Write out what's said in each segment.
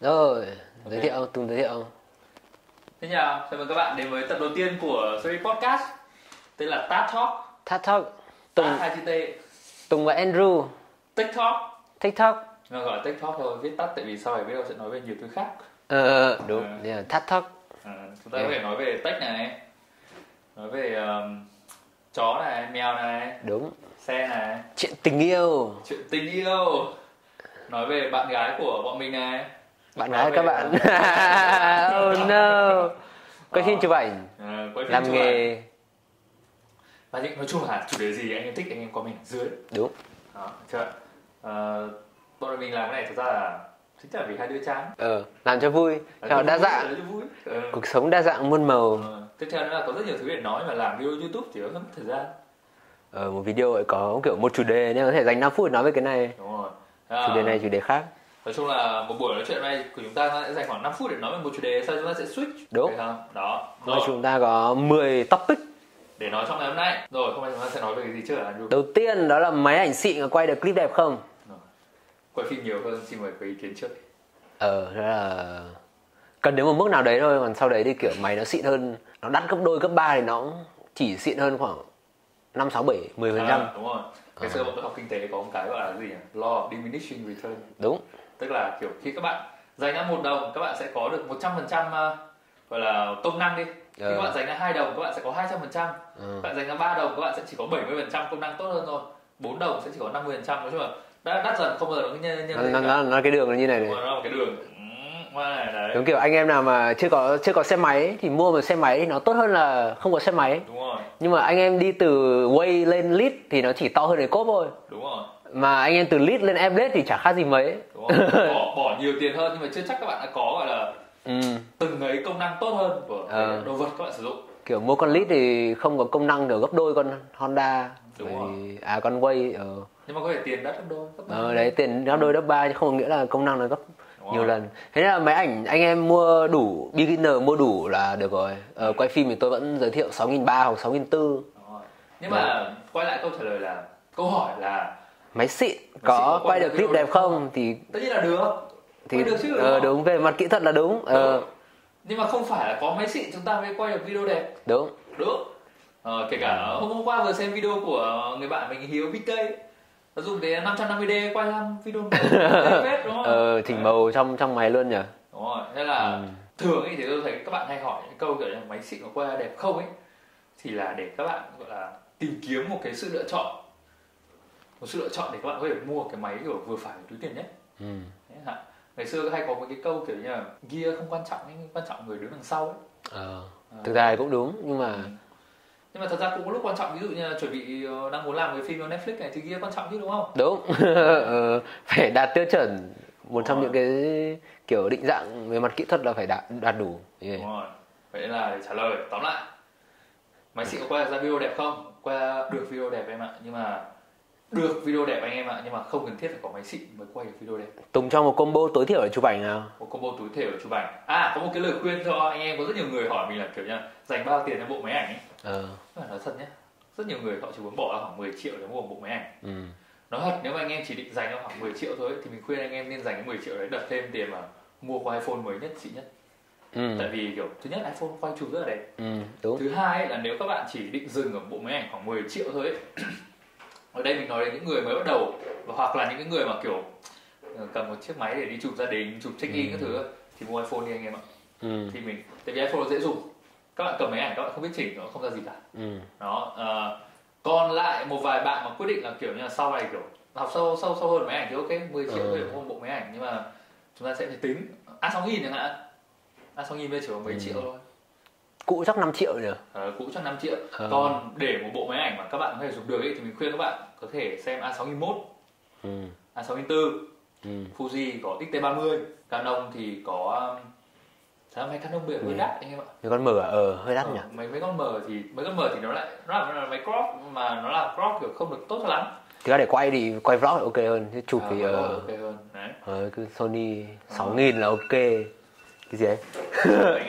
Rồi, giới thiệu ông, Tùng giới thiệu ông. Thế nào, chào mừng các bạn đến với tập đầu tiên của series podcast tên là Tat Talk, Thát Thóc, Tùng, Tat hai chữ T, Tùng và Andrew, TikTok. TikTok. Nó gọi là TikTok thôi, viết tắt tại vì sau này biết đâu sẽ nói về nhiều thứ khác. Ờ, đúng, Ừ. yeah, Thát Thóc, Ờ, chúng ta Ừ. có thể nói về tech này, nói về ờm, chó này, mèo này, đúng. xe này, Chuyện tình yêu, chuyện tình yêu, nói về bạn gái của bọn mình này. bạn gái Nói các về- bạn. oh no. Quay phim chụp ảnh, Ờ, quay phim làm chụp ảnh. nghề, Và những- nói chung là chủ đề gì anh em thích anh em comment ở dưới. đúng. Đó, chưa ạ? Ờ, bọn mình làm cái này thật ra là chính là vì hai đứa chán Ờ, làm cho vui, Đấy, cho vui, đa dạng, đấy, vui. Ờ. cuộc sống đa dạng muôn màu. Ờ, tiếp theo nữa là có rất nhiều thứ để nói mà làm video youtube thì có mất thời gian Ờ, một video ấy có kiểu một chủ đề nên có thể dành 5 phút để nói về cái này. đúng rồi à, Chủ đề này, chủ đề khác. nói chung là một buổi nói chuyện này của chúng ta sẽ dành khoảng 5 phút để nói về một chủ đề sau chúng ta sẽ switch Đúng. Vậy không? đó Rồi rồi chúng ta có 10 topic. để nói trong ngày hôm nay rồi hôm nay chúng ta sẽ nói về cái gì trước hả Andrew Đầu tiên đó là máy ảnh xịn có quay được clip đẹp không? quay phim nhiều hơn xin mời có ý kiến trước Ờ, đó là cần đến một mức nào đấy thôi, còn sau đấy thì kiểu máy nó xịn hơn, nó đắt gấp đôi, gấp ba thì nó chỉ xịn hơn khoảng 5, 6, 7, 10 phần trăm. à, đúng rồi ngày xưa bọn tôi học kinh tế có một cái gọi là gì nhỉ law of diminishing return Đúng, tức là kiểu khi các bạn dành ra một đồng các bạn sẽ có được 100% ờ, gọi là công năng đi khi Ờ. các bạn dành ra hai đồng các bạn sẽ có 200% Ừ. các bạn dành ra ba đồng các bạn sẽ chỉ có 70% công năng tốt hơn thôi bốn đồng sẽ chỉ có 50% nói chung là đã đắt dần không bao giờ nó nhân nó, nhân nó, nó, nó cái đường nó như này này. nó là một cái đường ừ, hoa này đấy Đúng kiểu anh em nào mà chưa có chưa có xe máy thì mua một xe máy thì nó tốt hơn là không có xe máy. đúng rồi Nhưng mà anh em đi từ Way lên Lead thì nó chỉ to hơn cái cốp thôi. đúng rồi Mà anh em từ Lead lên Airblade thì chả khác gì mấy. đúng rồi bỏ bỏ nhiều tiền hơn nhưng mà chưa chắc các bạn đã có gọi là Ừ. từng ấy công năng tốt hơn của cái Ờ. đồ vật các bạn sử dụng Kiểu mua con Lead thì không có công năng kiểu gấp đôi con Honda. Đúng Bởi rồi. vì- À con Way ờ. nhưng mà có thể tiền đắt gấp đôi gấp ba. Ờ, đấy tiền gấp đôi gấp ba chứ không có nghĩa là công năng là gấp Đúng nhiều rồi. lần thế nên là máy ảnh anh em mua đủ beginner mua đủ là được rồi ờ, quay phim thì tôi vẫn giới thiệu 6.300 hoặc 6.400 Đúng rồi. nhưng mà quay lại câu trả lời là câu hỏi là máy xịn có có quay quay được được clip video đẹp không thì tất nhiên là được thì quay được chứ ờ, không? Ừ. đúng về mặt kỹ thuật là đúng ờ, Đúng. nhưng mà không phải là có máy xịn chúng ta mới quay được video đẹp đúng đúng Ờ, kể cả hôm hôm qua vừa xem video của người bạn mình Hiếu VK nó dùng cái 550D quay làm video đẹp đúng không? ờ, Ừ. chỉnh màu trong trong máy luôn nhỉ đúng rồi thế là thường ấy thì tôi thấy các bạn hay hỏi những câu kiểu như máy xịn có quay đẹp không ấy thì là để các bạn gọi là tìm kiếm một cái sự lựa chọn một sự lựa chọn để các bạn có thể mua cái máy kiểu vừa phải túi tiền nhất ừ. Đấy hả? ngày xưa hay có một cái câu kiểu như là gear không quan trọng ấy, quan trọng người đứng đằng sau ấy ờ, Ờ. thực ra thì cũng đúng nhưng mà nhưng mà thật ra cũng có lúc quan trọng ví dụ như là chuẩn bị ờ, đang muốn làm cái phim cho Netflix này thì kia quan trọng chứ đúng không đúng Ờ, phải đạt tiêu chuẩn một trong những Đúng cái kiểu định dạng về mặt kỹ thuật là phải đạt đạt đủ Yeah. đúng rồi vậy nên là để trả lời tóm lại máy xịn có quay ra video đẹp không quay được video đẹp em ạ nhưng mà được video đẹp anh em ạ nhưng mà không cần thiết phải có máy xịn mới quay được video đẹp Tùng cho một combo tối thiểu để chụp ảnh nào một combo túi thể của chụp ảnh à có một cái lời khuyên cho anh em có rất nhiều người hỏi mình là kiểu nha dành bao tiền cho bộ máy ảnh ấy ờ, Nhưng mà nói thật nhé rất nhiều người họ chỉ muốn bỏ ra khoảng 10 triệu để mua một bộ máy ảnh ừ. nói thật nếu mà anh em chỉ định dành ra khoảng 10 triệu thôi ấy, thì mình khuyên anh em nên dành cái 10 triệu đấy đặt thêm tiền mà mua qua iPhone mới nhất xịn nhất Ừ. tại vì kiểu thứ nhất iPhone quay chụp rất là đẹp ừ đúng thứ hai ấy, là nếu các bạn chỉ định dừng ở bộ máy ảnh khoảng 10 triệu thôi ấy, ở đây mình nói đến những người mới bắt đầu và hoặc là những cái người mà kiểu ờ, cầm một chiếc máy để đi chụp gia đình chụp check in các thứ ấy, thì mua iPhone đi anh em ạ ừ. thì mình tại vì iPhone nó dễ dùng các bạn cầm máy ảnh các bạn không biết chỉnh nó không ra gì cả Ừ. đó ờ, còn lại một vài bạn mà quyết định là kiểu như là sau này kiểu học sâu sâu sâu hơn máy ảnh thì ok 10 triệu Ừ. thôi để mua một bộ máy ảnh nhưng mà chúng ta sẽ phải tính a 6000 chẳng hạn a 6000 bây giờ chỉ có mấy Ừ. triệu thôi cụ chắc 5 triệu nhỉ Ờ, cũ cho 5 triệu Ờ. còn để một bộ máy ảnh mà các bạn có thể dùng được ấy, thì mình khuyên các bạn có thể xem a 6001 ừ. a 6004 Ừ. Fuji có xt 30 Canon thì có um, sao máy Canon bây giờ hơi Ừ. đắt anh em ạ Mấy con mở ờ hơi đắt Ờ, nhỉ mấy mấy con mờ thì mấy con mờ thì nó lại nó là, nó là máy crop mà nó là crop kiểu không được tốt cho lắm thực ra để quay thì quay vlog thì ok hơn chứ chụp À, thì quay vlog ờ ok hơn đấy ờ, cứ Sony 6000 là ok cái gì đấy anh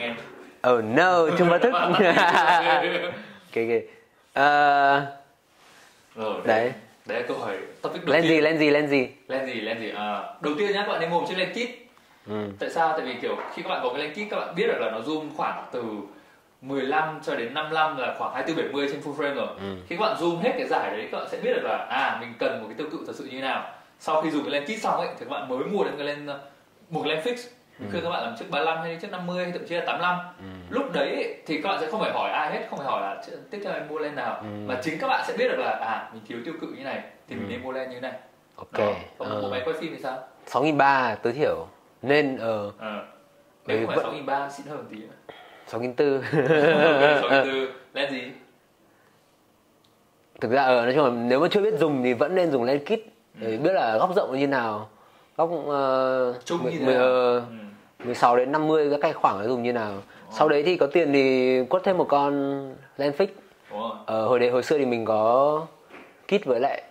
em ờ no chung báo thức ok ok Ờ, rồi đấy đấy là câu hỏi topic đầu Lens tiên gì, lens gì, lens gì? len gì len gì à, đầu tiên nhá các bạn nên mua một chiếc len kit Ừ. tại sao tại vì kiểu khi các bạn có cái len kit các bạn biết được là nó zoom khoảng từ 15 cho đến 55 là khoảng 24 70 trên full frame rồi Ừ. khi các bạn zoom hết cái giải đấy các bạn sẽ biết được là à mình cần một cái tiêu cự thật sự như thế nào sau khi dùng cái len kit xong ấy thì các bạn mới mua được cái len một cái len fix mình Ừ. khuyên các bạn làm chiếc 35 hay chiếc 50 hay thậm chí là 85 lúc đấy ấy, thì các bạn sẽ không phải hỏi ai hết không phải hỏi là "Chứ tiếp theo em mua len Ừ. nào mà chính các bạn sẽ biết được là à mình thiếu tiêu cự như này thì mình nên mua len như thế này Ừ. Ok. đó còn ờ, bộ máy quay phim thì sao 6.300 tối thiểu. Nên ờ Ờ. Ừ, Nếu không phải vẫn- 6300 xịn hơn một tí Ừ. nữa 6.400. Sáu tư Lên gì? Thực ra ờ nói chung là nếu mà chưa biết dùng thì vẫn nên dùng lens kit để Ừ. biết là góc rộng như nào. Góc ờ, Chung mười- như thế mười- nào? ờ, Ừ. 16 đến 50 các cái khoảng nó dùng như nào. Ờ. Sau đấy thì có tiền thì quất thêm một con lens fix. Đúng rồi Ờ, hồi đấy hồi xưa thì mình có kit với lại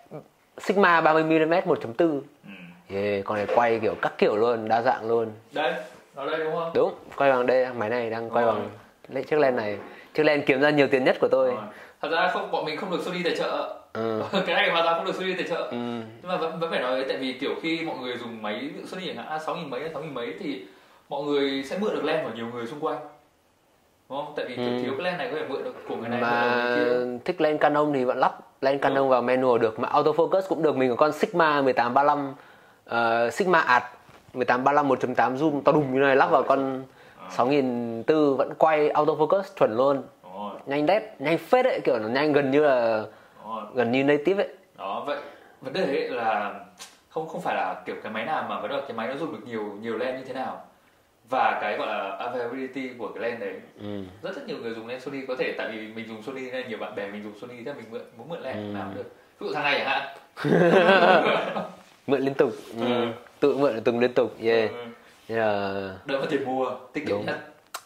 Sigma 30mm 1.4 ừ. yeah, con này quay kiểu các kiểu luôn, đa dạng luôn Đây, nó đây đúng không? Đúng, quay bằng đây, máy này đang quay Rồi. bằng lấy chiếc len này Chiếc len kiếm ra nhiều tiền nhất của tôi Đúng rồi. Thật ra không, bọn mình không được Sony tài trợ Ừ. Cái này hoàn toàn không được Sony tài trợ Ừ. Nhưng mà vẫn, vẫn phải nói đấy, tại vì kiểu khi mọi người dùng máy ví dụ Sony chẳng hạn 6.000 mấy, 6.000 mấy Thì mọi người sẽ mượn được len của nhiều người xung quanh Đúng không? Tại vì Ừ. kiểu thiếu cái len này có thể mượn được của người này, mượn được Mà của người kia Ừ. thích len Canon thì vẫn lắp len Canon vào manual được Mà autofocus cũng được, mình có con Sigma 1835 ờ, Sigma ạt 1835 1.8 zoom to đùng như này lắp vào con À. 6400 vẫn quay autofocus chuẩn luôn Đúng rồi, nhanh đét nhanh phết ấy kiểu nó nhanh gần như là đúng rồi gần như native ấy đó vậy vấn đề ấy là không không phải là kiểu cái máy nào mà vấn đề là cái máy nó dùng được nhiều nhiều len như thế nào và cái gọi là availability của cái len đấy ừ. rất rất nhiều người dùng len Sony có thể tại vì mình dùng Sony nên nhiều bạn bè mình dùng Sony thế mình mượn muốn mượn len Ừ. nào cũng được ví dụ thằng này chẳng hạn mượn liên tục ừ. Ừ. tự mượn từng liên tục yeah Ừ, Nên là đỡ mất tiền mua tiết kiệm Đúng. nhất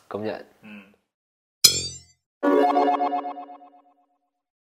công nhận ừ.